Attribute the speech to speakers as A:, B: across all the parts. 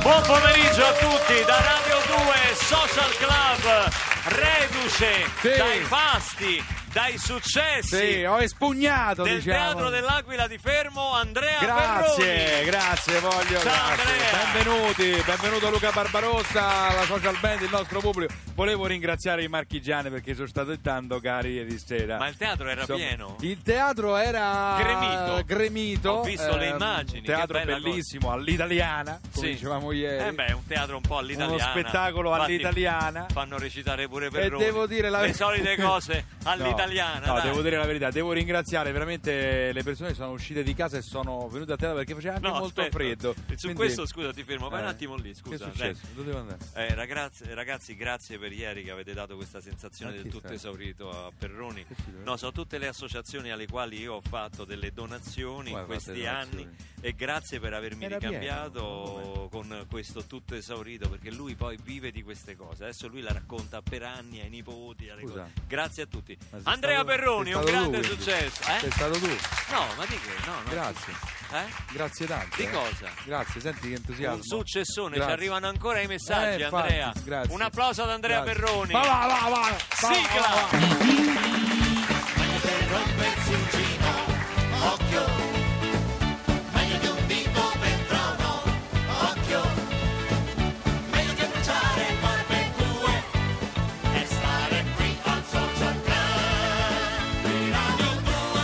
A: Buon pomeriggio a tutti da Radio 2 Social Club, reduce
B: Sì.
A: dai fasti, dai successi
B: Sì, ho espugnato,
A: del
B: diciamo.
A: Teatro dell'Aquila di Fermo, Andrea Ferroni.
B: Grazie, grazie, voglio.
A: Ciao,
B: grazie. Benvenuti, benvenuto Luca Barbarossa, la social band, il nostro pubblico. Volevo ringraziare i marchigiani perché sono stati tanto cari ieri sera.
A: Ma il teatro era
B: Insomma,
A: pieno.
B: Il teatro era
A: Gremito.
B: gremito, ehm,
A: Ho visto le immagini, che
B: Teatro
A: bella
B: bellissimo all'italiana, come
A: Sì.
B: dicevamo ieri.
A: Eh beh, è un teatro un po' all'italiana.
B: Uno spettacolo
A: Infatti,
B: all'italiana.
A: Fanno recitare pure Ferroni.
B: devo dire la
A: Le
B: ver-
A: solite cose all'italiana.
B: No, no,
A: dai.
B: devo dire la verità, devo ringraziare veramente le persone che sono uscite di casa e sono venute a teatro perché faceva anche
A: No,
B: molto
A: aspetta.
B: freddo.
A: Su
B: Quindi-
A: questo scusa ti fermo, vai
B: Eh,
A: un attimo lì, scusa.
B: Che è
A: dai.
B: successo? Dove devo andare?
A: Eh, ragazzi, ragazzi, grazie per ieri che avete dato questa sensazione
B: Ma
A: del
B: chi
A: tutto
B: sta?
A: esaurito a Perroni.
B: Che ci deve-
A: No, sono tutte le associazioni alle quali io ho fatto delle donazioni
B: Come
A: in
B: fate
A: questi
B: donazioni?
A: anni e grazie per avermi
B: Era pieno,
A: ricambiato con questo tutto esaurito perché lui poi vive di queste cose. Adesso lui la racconta per anni ai nipoti. alle
B: Scusa.
A: cose. Grazie a tutti.
B: Ma sei
A: Andrea
B: stato-
A: Perroni,
B: sei
A: un
B: stato tu,
A: grande
B: quindi?
A: successo.
B: Sei
A: Eh?
B: stato tu,
A: No, ma di che? No, no.
B: grazie,
A: Eh?
B: grazie tanto.
A: Di
B: eh.
A: cosa?
B: Grazie, senti che entusiasmo.
A: Un successone, ci
B: Grazie.
A: arrivano ancora i messaggi,
B: Eh, infatti,
A: Andrea.
B: grazie.
A: Un applauso ad Andrea
B: Grazie.
A: Perroni.
B: Va, va, va, va, va,
A: Sigla!
B: va, va.
C: Meglio per rompersi un giro, occhio. Meglio che un dito per trono, occhio. Meglio che bruciare barbecue e stare qui al social club di Radio 2.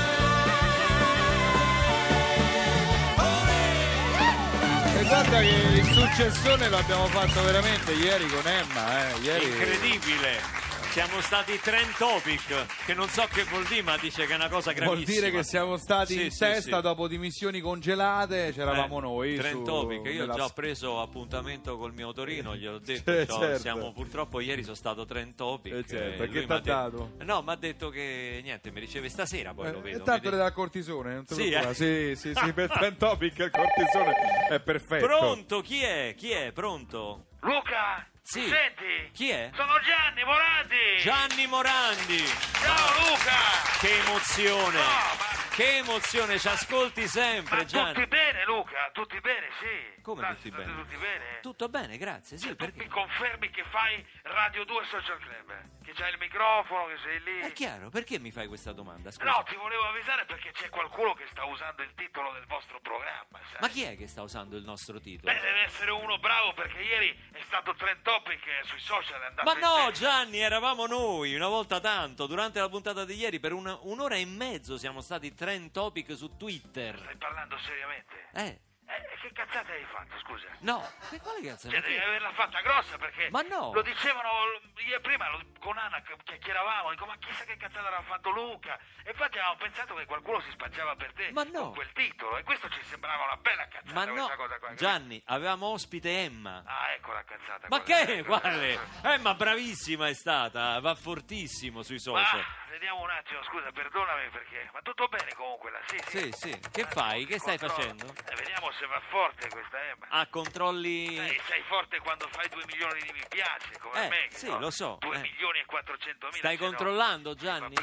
B: E guarda che il successone l'abbiamo fatto veramente ieri con Emma, eh. Ieri...
A: Incredibile! Siamo stati trend topic, che non so che vuol dire, ma dice che è una cosa gravissima.
B: Vuol dire che siamo stati
A: Sì,
B: in
A: sì,
B: testa
A: sì.
B: dopo dimissioni congelate, c'eravamo
A: Eh,
B: noi.
A: Trend
B: su-
A: topic, io ho
B: nella-
A: già preso appuntamento col mio Torino, gli ho detto,
B: Eh,
A: ciao,
B: certo.
A: siamo purtroppo ieri sono stato trend topic.
B: Eh, certo,
A: e
B: che
A: lui
B: t'ha
A: m'ha detto-
B: dato?
A: No, mi ha detto che niente, mi riceve stasera, poi lo
B: Eh,
A: vedo.
B: e tanto
A: mi
B: le
A: dice-
B: dà cortisone, non te
A: Sì,
B: preoccupare.
A: eh.
B: Sì, sì, sì, per Trend Topic il cortisone è perfetto.
A: Pronto, chi è? Chi è? Pronto?
D: Luca,
A: Sì.
D: mi senti?
A: Chi è?
D: Sono Gianni Morandi!
A: Gianni Morandi!
D: Ciao Luca!
A: Che emozione!
D: No, ma-
A: Che emozione, ci ascolti sempre,
D: Ma
A: Gianni.
D: tutti bene Luca, tutti bene, sì.
A: Come
D: Ma
A: tutti
D: state
A: bene?
D: Tutti bene?
A: Tutto bene, grazie, sì,
D: Tu mi
A: perché?
D: confermi che fai Radio 2 Social Club? eh? Che c'hai il microfono, che sei lì?
A: È chiaro, perché mi fai questa domanda? Scusa.
D: Mm. No, ti volevo avvisare perché c'è qualcuno che sta usando il titolo del vostro programma, sai?
A: Ma chi è che sta usando il nostro titolo?
D: Beh, deve essere uno bravo perché ieri è stato trend topic eh, sui social, è andato
A: Ma
D: in
A: no,
D: testa.
A: Gianni, eravamo noi una volta tanto. Durante la puntata di ieri, per una- un'ora e mezzo siamo stati trend topic su Twitter.
D: Stai parlando seriamente?
A: Eh,
D: Eh, che cazzate hai fatto, scusa?
A: no, che quale cazzo?
D: Cioè,
A: Ma
D: devi
A: che-
D: averla fatta grossa perché
A: Ma no.
D: lo dicevano l- ieri prima lo- con Anna che chiacchieravamo, dico ma chissà che cazzata l'ha fatto Luca. E infatti avevamo pensato che qualcuno si spacciava per te
A: Ma no.
D: con quel titolo e questo ci sembrava una bella cazzata
A: Ma no,
D: questa cosa qua.
A: Gianni, avevamo ospite Emma.
D: Ah, ecco la cazzata.
A: Ma
D: quella.
A: che? Quale? Emma, bravissima è stata, va fortissimo sui
D: Ma
A: social.
D: vediamo un attimo, scusa, perdonami perché. Ma tutto bene comunque la sì.
A: Sì, sì. Che fai? Che stai
D: Controllo.
A: facendo?
D: Eh, vediamo se va forte questa eh, Emma.
A: Ah, controlli.
D: Sei, sei forte quando fai 2 milioni di mi piace, come
A: Eh,
D: me. che
A: sì, lo so,
D: 2
A: eh.
D: milioni e 400 mila.
A: Stai controllando, Gianni?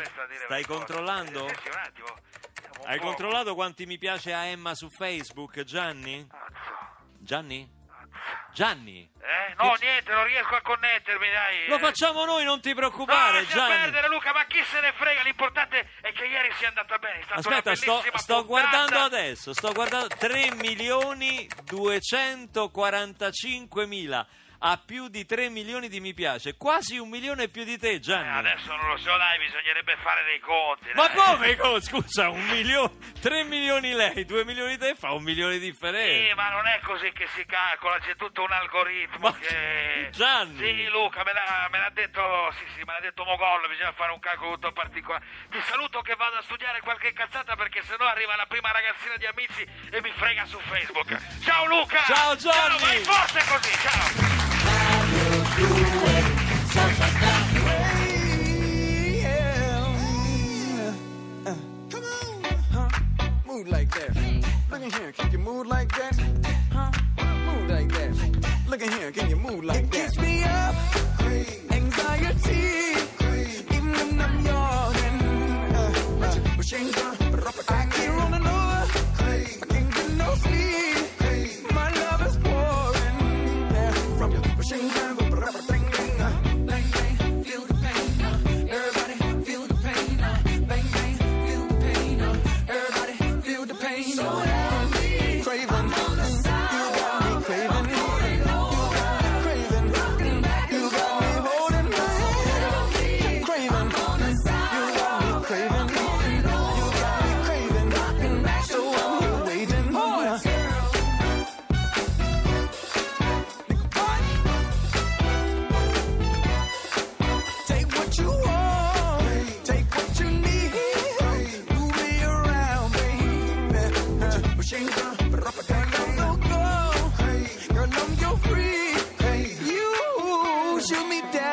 A: Stai controllando?
D: un attimo. Siamo un
A: Hai
D: po'-
A: controllato quanti mi piace a Emma su Facebook, Gianni?
D: Azzo,
A: Gianni?
D: azzo.
A: Gianni?
D: Eh, no, niente, non riesco a connettermi, dai.
A: Lo
D: eh.
A: facciamo noi, non ti
D: No,
A: preoccupare,
D: lascia
A: Gianni.
D: perdere, Luca, ma chi se ne frega? L'importante è che ieri sia andata bene. È stata una
A: Aspetta, sto,
D: bellissima
A: sto
D: puntata.
A: guardando adesso, sto guardando 3 milioni 245 mila a più di 3 milioni di mi piace, quasi un milione più di te
D: Eh,
A: Gianni.
D: adesso non lo so, dai, bisognerebbe fare dei conti.
A: Ma
D: dai.
A: come? co- Scusa, un milione, 3 milioni lei, 2 milioni te fa un milione di differenza.
D: Sì, Eh, ma non è così che si calcola, c'è tutto un algoritmo
A: Ma-
D: che...
A: Gianni!
D: Sì, Luca, me l'ha, me l'ha detto... Sì, sì, me l'ha detto Mogollo, bisogna fare un calcolo tutto particolare. Ti saluto che vado a studiare qualche cazzata perché sennò arriva la prima ragazzina di amici e mi frega su Facebook. Ciao Luca!
A: Ciao, Gianni!
D: Ciao, vai forte così, ciao!
E: Come on, huh? Mood like that. Look in here, can you move like that? Huh? Move like that. Look in here, can you move like that?
F: Gets me up, anxiety, even when I'm yawning. Uh, uh, I keep rolling over, I can't get no sleep. My love is pouring. uh, uh.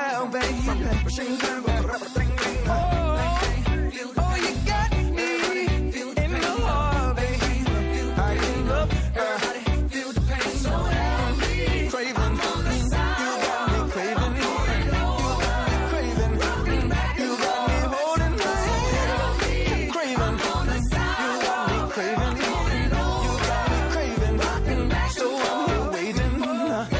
F: machine gun, rubber thing, ring. Oh, oh, you got me in the hallway. I can look, uh, feel the pain. So me craving. You got me craving. You got me craving. You got me holding my head. Craving. You got me craving. You got me craving. So I'm here waiting. Help me. Help me.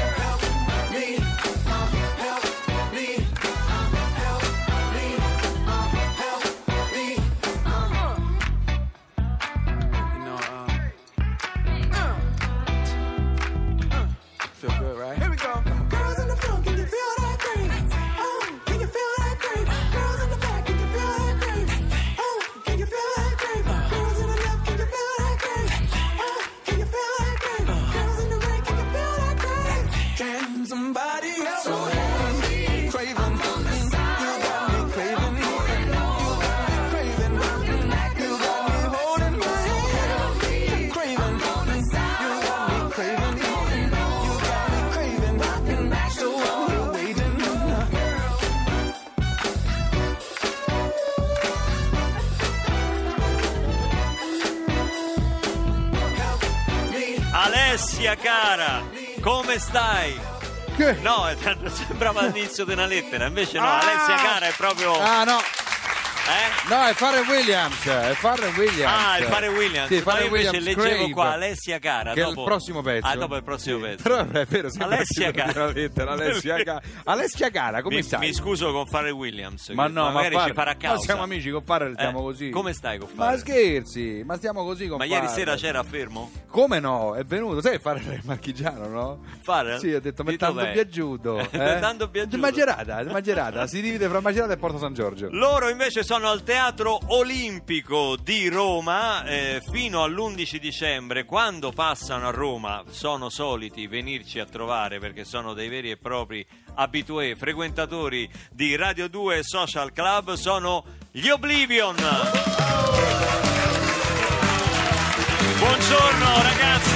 E: You know, um, uh, feel good, right?
F: Here we go. Girls in the front, can you feel that grace? Oh, can you feel that grace? Girls in the back, can you feel that grace? Oh, can you feel that grace? Girls in the left, can you feel that grace? Oh, can you feel that grace? Girls in the right, can you feel that grace? Can somebody help so me? Craving. You got me craving. You got me craving. You got me holding my hand. Craving. You got me craving. You got me craving. So I'm here waiting.
A: Alessia cara, come stai?
B: Che-
A: No, eh, sembrava l'inizio di una lettera, invece no,
B: Ah!
A: Alessia cara è proprio...
B: Ah, no,
A: Eh?
B: no, è fare Williams. È fare Williams.
A: Ah, il fare Williams.
B: Cioè, Sì, fare
A: Ma io invece
B: Williams
A: leggevo
B: Crave,
A: qua Alessia cara.
B: Che è il
A: dopo-
B: prossimo pezzo.
A: Ah, dopo il prossimo pezzo.
B: Però è vero, sembra
A: Alessia
B: il titolo di
A: Cara.
B: una lettera, Alessia Cara. Alessia Cara, come
A: mi,
B: stai?
A: mi scuso con fare Williams.
B: ma
A: che
B: no, ma
A: magari
B: Farrell-
A: ci farà
B: Ma
A: causa.
B: siamo amici con Farrell, stiamo
A: Eh,
B: così.
A: come stai con
B: Ma
A: Farrell?
B: scherzi, ma stiamo così con
A: Ma ieri
B: Farrell.
A: sera c'era fermo?
B: Come no? È venuto, sai Farrell è marchigiano, no?
A: Farrell?
B: Sì, ho detto, ma
A: Di
B: tanto
A: dov'è?
B: piaciuto. Eh?
A: Tanto piaciuto.
B: Macerata, Macerata, si divide fra Macerata e Porto San Giorgio.
A: Loro invece sono al Teatro Olimpico di Roma eh, fino all'11 dicembre. Quando passano a Roma sono soliti venirci a trovare perché sono dei veri e propri abitué, frequentatori di Radio 2 e Social Club. Sono gli Oblivion. Buongiorno ragazzi.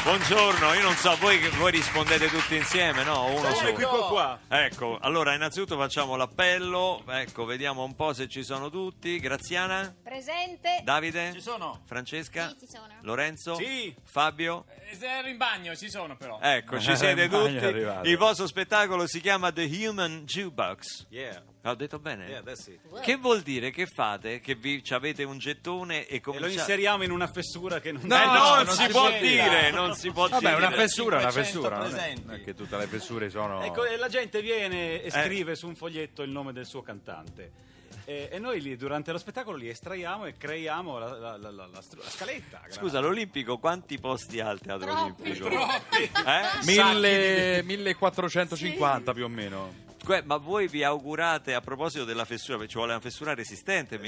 A: Buongiorno, io non so, voi, voi rispondete tutti insieme, no? Uno solo.
G: qua.
A: Ecco, allora innanzitutto facciamo l'appello, ecco, vediamo un po' se ci sono tutti. Graziana,
H: Presente.
A: Davide,
G: Ci sono.
A: Francesca,
H: Sì, ci sono.
A: Lorenzo,
G: Sì.
A: Fabio.
G: Eh, se Ero in bagno, ci sono però.
A: Ecco, ci
B: Eh,
A: siete
B: in bagno
A: tutti.
B: è arrivato.
A: Il vostro spettacolo si chiama The Human Jukebox.
G: Yeah,
A: Ho detto bene?
G: that's it.
A: Che vuol dire che fate? Che vi ci avete un gettone e
G: E lo
A: cominciate...
G: inseriamo in una fessura che non...
A: Eh, non,
B: non
A: si,
B: si
A: può
B: può
A: dire, non si può
B: Vabbè, è
A: dire.
B: una fessura, è
G: 500
B: una fessura. Non è,
G: presenti.
B: non è che tutte le fessure sono...
G: Ecco, e la gente viene e
A: Eh.
G: scrive su un foglietto il nome del suo cantante. E, e noi lì, durante lo spettacolo li estraiamo e creiamo la, la- la- la- la stru- la scaletta.
A: Scusa, l'Olimpico quanti posti ha il Teatro
H: Troppi.
A: Olimpico? Eh?
B: Mille- 1450 più o meno.
A: Que- Cioè, ma voi vi augurate a proposito della fessura, perché ci vuole una fessura resistente,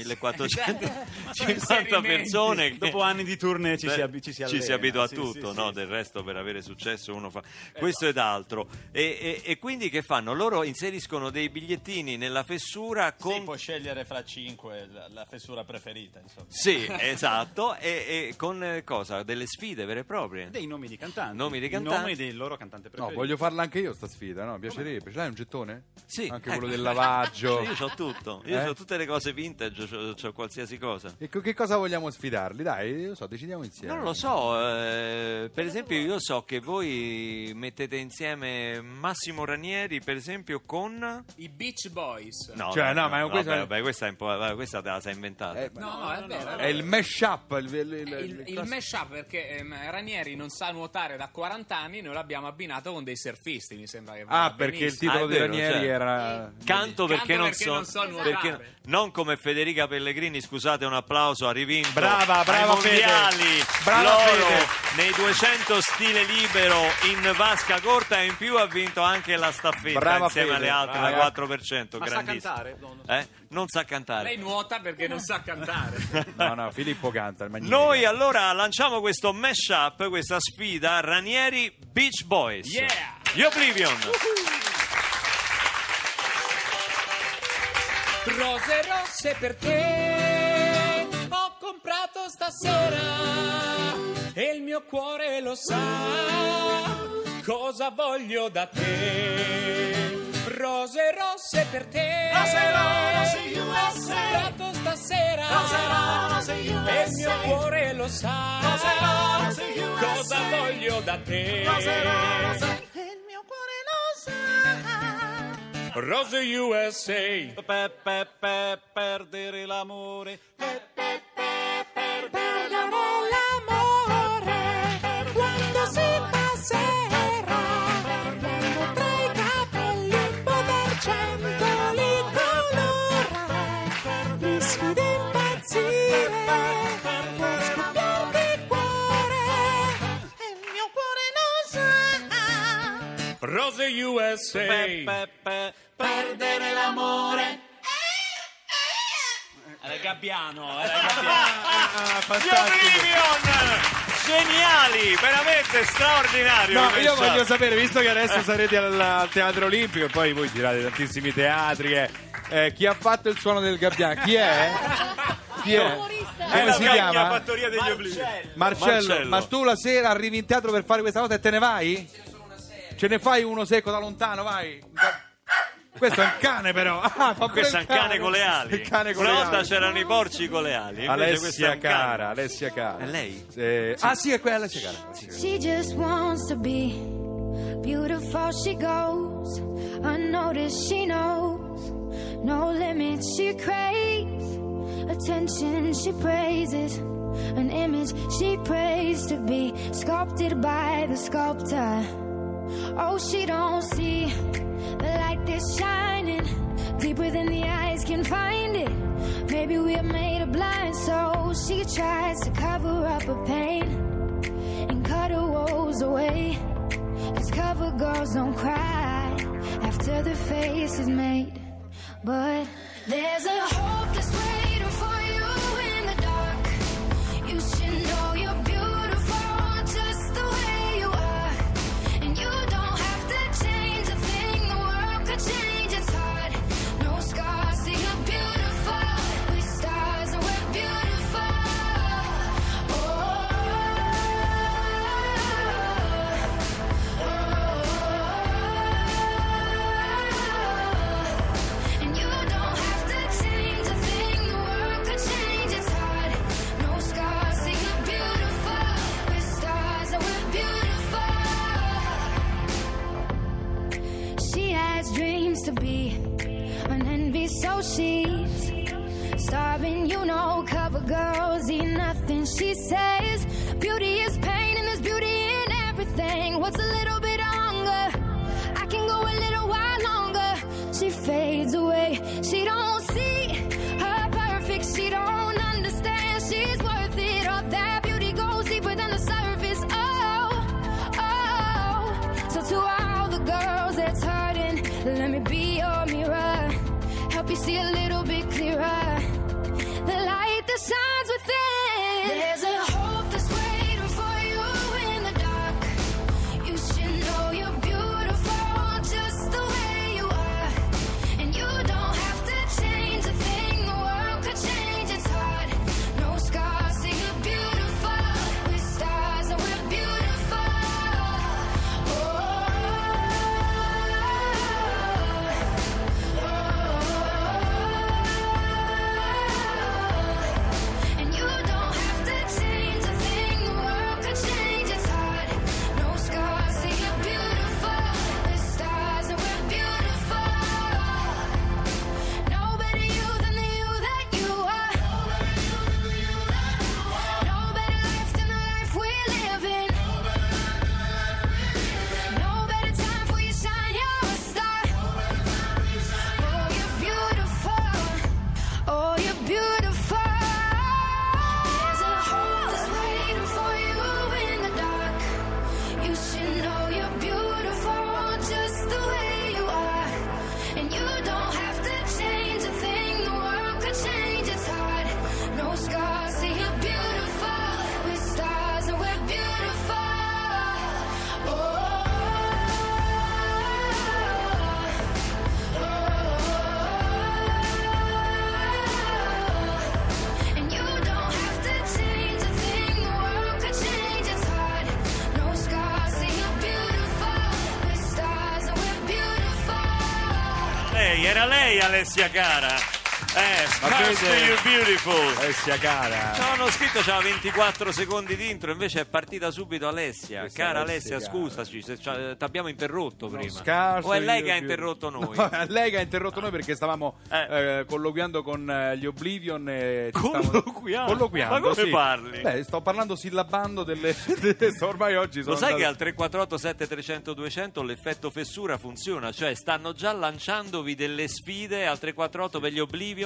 A: 1450 persone che
G: Dopo anni di tournée ci,
A: Beh,
G: si, abi- ci si allena.
A: abitua a
G: Sì,
A: tutto,
G: sì,
A: no?
G: sì. Eh,
A: Del resto per avere successo uno fa questo ed altro. E, e- e quindi che fanno? Loro inseriscono dei bigliettini nella fessura con...
I: può scegliere fra 5 la, la fessura preferita, insomma.
A: Sì, esatto, e, e con eh, cosa? Delle sfide vere e proprie.
G: Dei nomi di cantanti.
A: Nomi di
G: I
A: cantanti.
G: nomi dei loro cantanti
B: No,
G: preferiti.
B: voglio farla anche io sta sfida, no? Mi piacerebbe. Ce l'hai un gettone?
A: Sì,
B: Anche
A: ecco.
B: quello del lavaggio.
A: Io ho tutto, io
B: Eh?
A: ho tutte le cose vintage, ho qualsiasi cosa.
B: E co- che cosa vogliamo sfidarli? Dai, lo so, decidiamo insieme.
A: Non lo so, eh, per esempio io so che voi mettete insieme Massimo Ranieri, per esempio, con... No,
J: I Beach Boys.
B: Cioè, no, ma
A: vabbè,
B: questo-
A: vabbè, questa, è un po'- vabbè, questa te la sei inventata.
B: Eh,
J: No, no, è vero. Eh,
B: È il mash-up. Il, il, il-
J: il,
B: il-
J: il up perché ehm, Ranieri non sa nuotare da 40 anni noi l'abbiamo abbinato con dei surfisti mi sembra che
B: Ah,
J: vada
B: perché il
J: benissimo.
A: Ah,
B: titolo
A: è
B: di
A: vero,
B: Ranieri
A: certo.
B: era...
A: Canto perché,
J: Canto
A: non,
J: perché
A: so,
J: non so nuotare.
A: perché- non come Federica Pellegrini, scusate un applauso, ha rivinto
B: Brava, brava
A: ai mondiali
B: Fede. Brava
A: l'oro
B: Fede.
A: nei 200 stile libero in vasca corta e in più ha vinto anche la staffetta
B: Brava
A: insieme
B: Fede,
A: alle altre
B: brava.
A: da 4%,
G: Ma sa
A: grandissimo.
G: cantare? No, non so.
A: Eh? Non sa cantare.
J: lei nuota perché non sa cantare
B: No, no, Filippo canta. il magnifico.
A: Noi allora lanciamo questo mash up, questa sfida Ranieri Beach Boys.
J: Yeah!
A: Gli Oblivion.
J: rose rosse per te ho comprato stasera e il mio cuore lo sa cosa voglio da te
H: Rose rosse per te.
C: Roserò, rose USA.
H: Dato stasera.
C: Roserò, rose
H: E il mio
C: USA.
H: cuore lo sa.
C: Roserò, rose
H: Cosa
C: USA.
H: voglio da te.
C: Roserò, rose-
H: Rose USA.
G: Pe, pe, pe, perdere l'amore.
F: Perdere l'amore quando si passerà Perdendo tra i capelli poter centoli con un'ora Rischi di impazzire per scoppiarti il cuore E il mio cuore non sa
H: Rose USA.
G: Pe, pe, pe,
C: Perdere l'amore.
I: Era Gabbiano, era Gabbiano.
A: Oblivion! Geniali, veramente straordinario.
B: No,
A: questo.
B: io voglio sapere, visto che adesso sarete al, al Teatro Olimpico e poi voi girate tantissimi teatri, eh, eh, chi ha fatto il suono del gabbiano? Chi è? Chi è? Come
A: la
B: si
A: vecchia
B: chiama?
A: fattoria degli oblivio.
B: Marcello,
A: Marcello.
B: ma tu la sera arrivi in teatro per fare questa cosa e te ne vai? Ce ne fai uno secco da lontano, vai. Questo è un cane però. Ah, fa pure
A: Questo è
B: il
A: un cane con le ali.
B: Il cane con
A: Una
B: le
A: volta
B: ali.
A: c'erano i porci con le ali. invece questo è
B: Alessia
A: un cane.
B: Cara, Alessia Cara.
A: È lei?
B: Eh, Ah sì, è quella Alessia Cara.
K: She just wants to be beautiful. She goes unnoticed. She knows no limits. She craves attention. She praises an image. She prays to be sculpted by the sculptor. Oh, she don't see the light that's shining deeper than the eyes can find it. Maybe we're made of blind, so she tries to cover up her pain and cut her woes away. Cause cover girls don't cry after their face is made. But there's a hope that's waiting for you in the dark. You should know you're beautiful just the way you are. And you don't have to change a thing, the world could change its heart. No scars, see you're beautiful. We're stars and we're beautiful. Oh. And you don't have to change a thing. The world could change its heart. No scars, see you're beautiful. We're stars and we're beautiful. She has dreams to be an envy, so she's starving. You know, cover girls eat nothing. She says beauty is pain and there's beauty in everything. What's a little bit longer? I can go a little while longer. She fades away. She don't see her perfect. She don't understand. She's worth it. All that beauty goes deeper than the surface. Oh, oh. So to all the girls that's hurting, let me be your mirror. Help you see a little bit clearer. The light that shines within. There's a hope that's waiting for you in the dark. You should know you're beautiful just the way you are. And you don't have to change a thing. The world could change its heart. No scars, see you're beautiful. We're stars and we're beautiful. Oh. Oh. Oh, Oh.
A: lei, era lei Alessia Cara. Eh, Scars to You Beautiful.
B: Alessia cara.
A: No, hanno scritto c'ha 24 secondi di intro, invece è partita subito Alessia.
B: Questa
A: Cara
B: Alessia,
A: Alessia, scusaci, se c'ha- eh, t'abbiamo interrotto prima.
B: Scarso
A: o è lei
B: io
A: che ha
B: più-
A: interrotto noi?
B: No, è lei che ha interrotto noi perché stavamo eh, colloquiando con eh, gli Oblivion. E ci stavamo-
A: Colloquiando?
B: Colloquiando,
A: Ma come
B: sì.
A: parli?
B: Beh, sto parlando sillabando delle. delle- ormai oggi sono.
A: Lo sai che al
B: andato-
A: 348 7300 200 l'effetto fessura funziona, cioè stanno già lanciandovi delle sfide al 348 per gli Oblivion,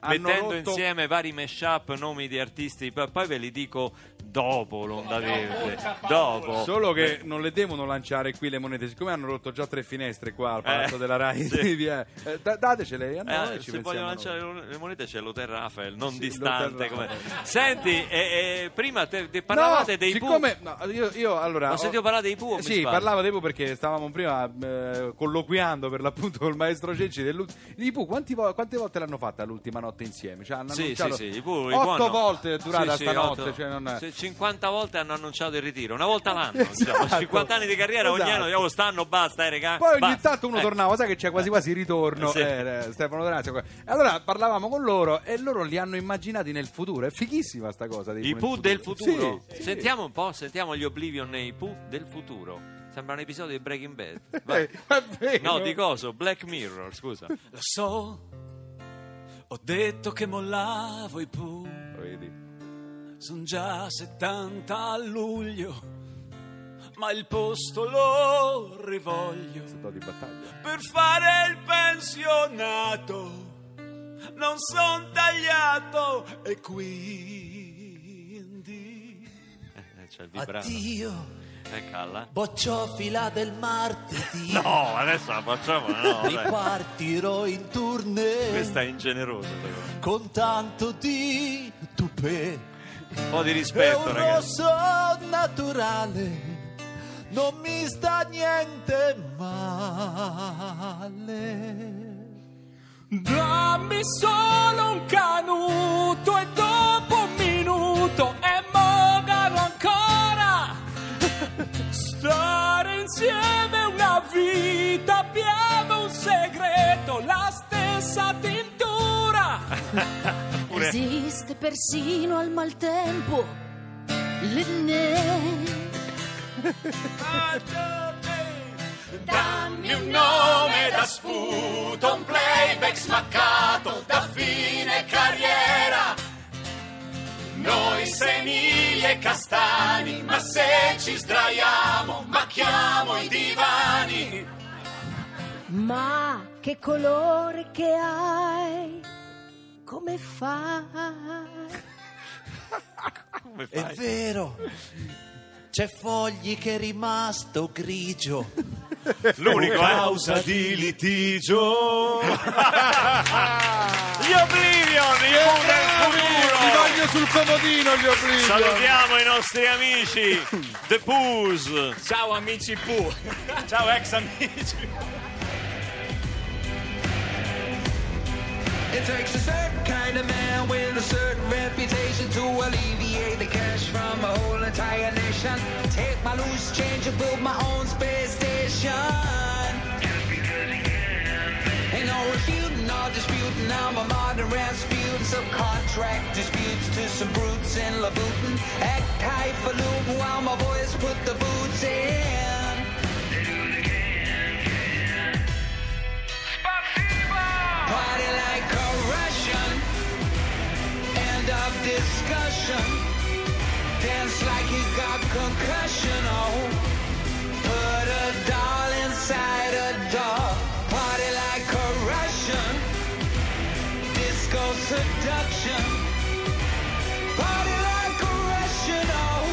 A: mettendo
B: rotto-
A: insieme vari mashup, nomi di artisti, p- poi ve li dico dopo l'onda verde, dopo.
B: Solo che non le devono lanciare qui le monete, siccome hanno rotto già tre finestre qua al palazzo
A: Eh,
B: della Rai,
A: sì.
B: via, eh, da- datecele a
A: Eh,
B: noi. ci
A: se
B: pensiamo
A: vogliono
B: noi.
A: lanciare le- le monete c'è l'hotel Rafael, non
B: Sì,
A: distante.
B: l'hotel
A: come-
B: Rafael.
A: Senti, eh, eh, prima te- te
B: No,
A: parlavate dei
B: siccome,
A: Pooh.
B: no, io, io, allora
A: Ho sentito parlare dei Pooh o mi
B: Sì,
A: sbaglio?
B: parlavo dei Pooh perché stavamo prima eh, colloquiando per l'appunto col maestro Cecci dell'ultimo I Pooh quanti vo- quante volte l'hanno fatta l'ultima notte insieme? Cioè, hanno
A: Sì,
B: annunciato
A: sì, sì, i Pooh, i Pooh
B: otto
A: hanno-
B: volte è durata
A: Sì, sì,
B: stanotte,
A: otto.
B: cioè non-
A: Sì, 50 volte hanno annunciato il ritiro, una volta l'anno.
B: Esatto.
A: diciamo, 50 anni di carriera ogni
B: Esatto.
A: anno, diciamo, stanno, basta, eh, regà.
B: Poi ogni
A: basta.
B: tanto uno
A: Eh,
B: tornava, sai che c'è quasi quasi il ritorno.
A: Sì.
B: eh, eh, Stefano Dorazio. qua. E allora parlavamo con loro e loro li hanno immaginati nel futuro. È fighissima sta cosa. dei
A: I Pooh del futuro.
B: Sì, sì.
A: Sentiamo un po', sentiamo gli Oblivion e i Pooh del futuro. Sembra un episodio di Breaking Bad. Vai.
B: Eh,
A: No, di coso, Black Mirror, scusa.
C: Lo so, ho detto che mollavo i Pooh. Son già 70 a luglio, ma il posto lo rivoglio
B: Sto di battaglia.
C: per fare il pensionato. Non son tagliato e quindi
A: Eh, C'è il vibrato.
C: Addio.
A: Eh, calla.
C: bocciò fila del martedì.
A: No, adesso la facciamo, no. dai.
C: Ripartirò in tournée
A: Questa è ingenerosa. secondo
C: con tanto di tupè
A: me. Un po' di
C: è
A: rispetto,
C: un
A: ragazzi.
C: rosso naturale non mi sta niente male
H: Dammi solo un canuto e dopo un minuto è mogaro ancora. Stare insieme è una vita, abbiamo un segreto, la stessa tintura.
L: Esiste persino al maltempo l'enne.
C: dammi un nome da sputo un playback smaccato da fine carriera noi senili e castani ma se ci sdraiamo macchiamo i divani
L: Ma che colore che hai?
K: é
L: Come fai?
C: È vero. C'è fogli che è rimasto grigio.
A: L'unico, eh.
C: a causa di litigio.
A: Gli Oblivion, i Pooh del
B: Ti
A: futuro.
B: voglio sul comodino gli oblivio.
A: Salutiamo i nostri amici The Poos.
H: Ciao amici Pooh, ciao ex amici.
M: It takes a certain kind of man with a certain reputation to alleviate the cash from a whole entire nation. Take my loose change and build my own space station. Ain't no refuting or disputing. I'm a modern Rasputin. Some contract disputes to some brutes in Labutin. Act highfalutin while my boys put the boots in. Party like a Russian. End of discussion. Dance like you got concussion. Oh, put a doll inside a doll. Party like a Russian. Disco seduction. Party like a Russian. Oh,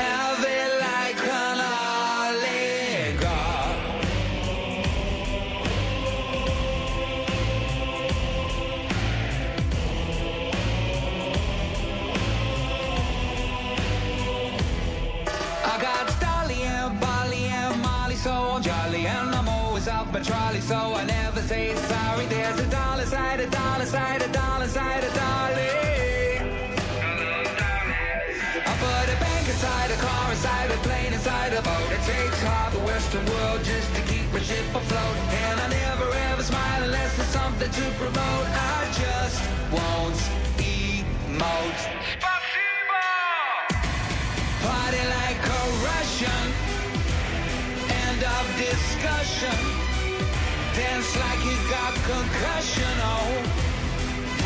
M: have it like an oligarch. I got Dolly and Bolly and Molly, so I'm jolly. And I'm always off my trolley, so I never say sorry. There's a dollar side, a dollar side, a dollar side, a dolly. I put a bank inside a car, inside a plane, inside a boat. It takes half the Western world just to keep my ship afloat. And I nothing to promote. I just won't emote. Party like a Russian. End of discussion. Dance like you got concussion. Oh,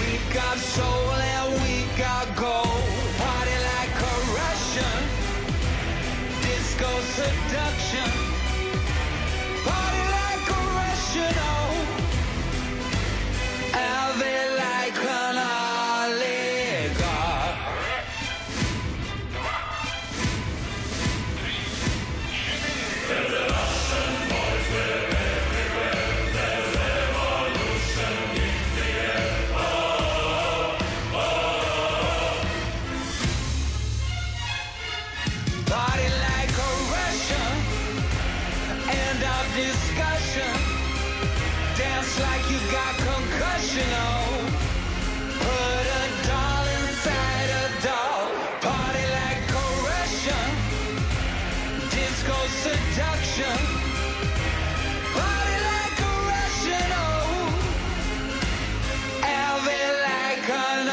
M: we got soul and we got gold. Party like a Russian. Disco seduction. Party like a Russian. Oh, Ave like an oligarch. Party like a Russian. End of discussion. Dance like you got concussion. Oh, put a doll inside a doll. Party like a Russian. Disco seduction. Party like a Russian. Oh, Elvin like an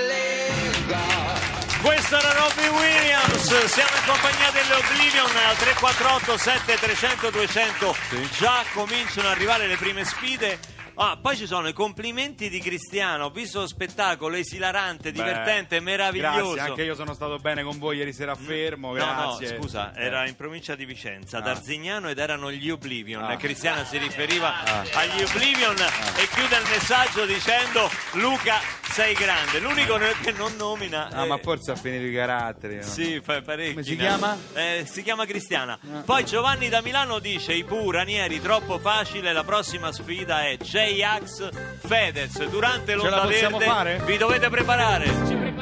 M: oligarch.
A: Questo era Robbie Williams, siamo in compagnia delle Oblivion al 348 7300 200 Già cominciano ad arrivare le prime sfide. Ah, poi ci sono i complimenti di Cristiano, ho visto lo spettacolo esilarante, divertente,
B: Beh,
A: meraviglioso. Mm.
B: Grazie, anche io sono stato bene con voi ieri sera a fermo. grazie.
A: No, no, scusa,
B: Eh.
A: era in provincia di Vicenza, ad
B: Ah.
A: Arzignano ed erano gli Oblivion.
B: Ah.
A: Cristiana si riferiva
B: Ah.
A: agli Oblivion e chiude il messaggio dicendo Luca sei grande. L'unico che non nomina
B: Ah,
A: è-
B: ma forse ha finito i caratteri. no?
A: Sì, fa parecchi.
B: Come si
A: no?
B: chiama?
A: Eh, si chiama Cristiana. Poi Giovanni da Milano dice: I pu Ranieri troppo facile. La prossima sfida è J-Ax Fedez. Durante
B: Ce
A: l'onda
B: la possiamo
A: verde
B: fare?
A: vi dovete preparare.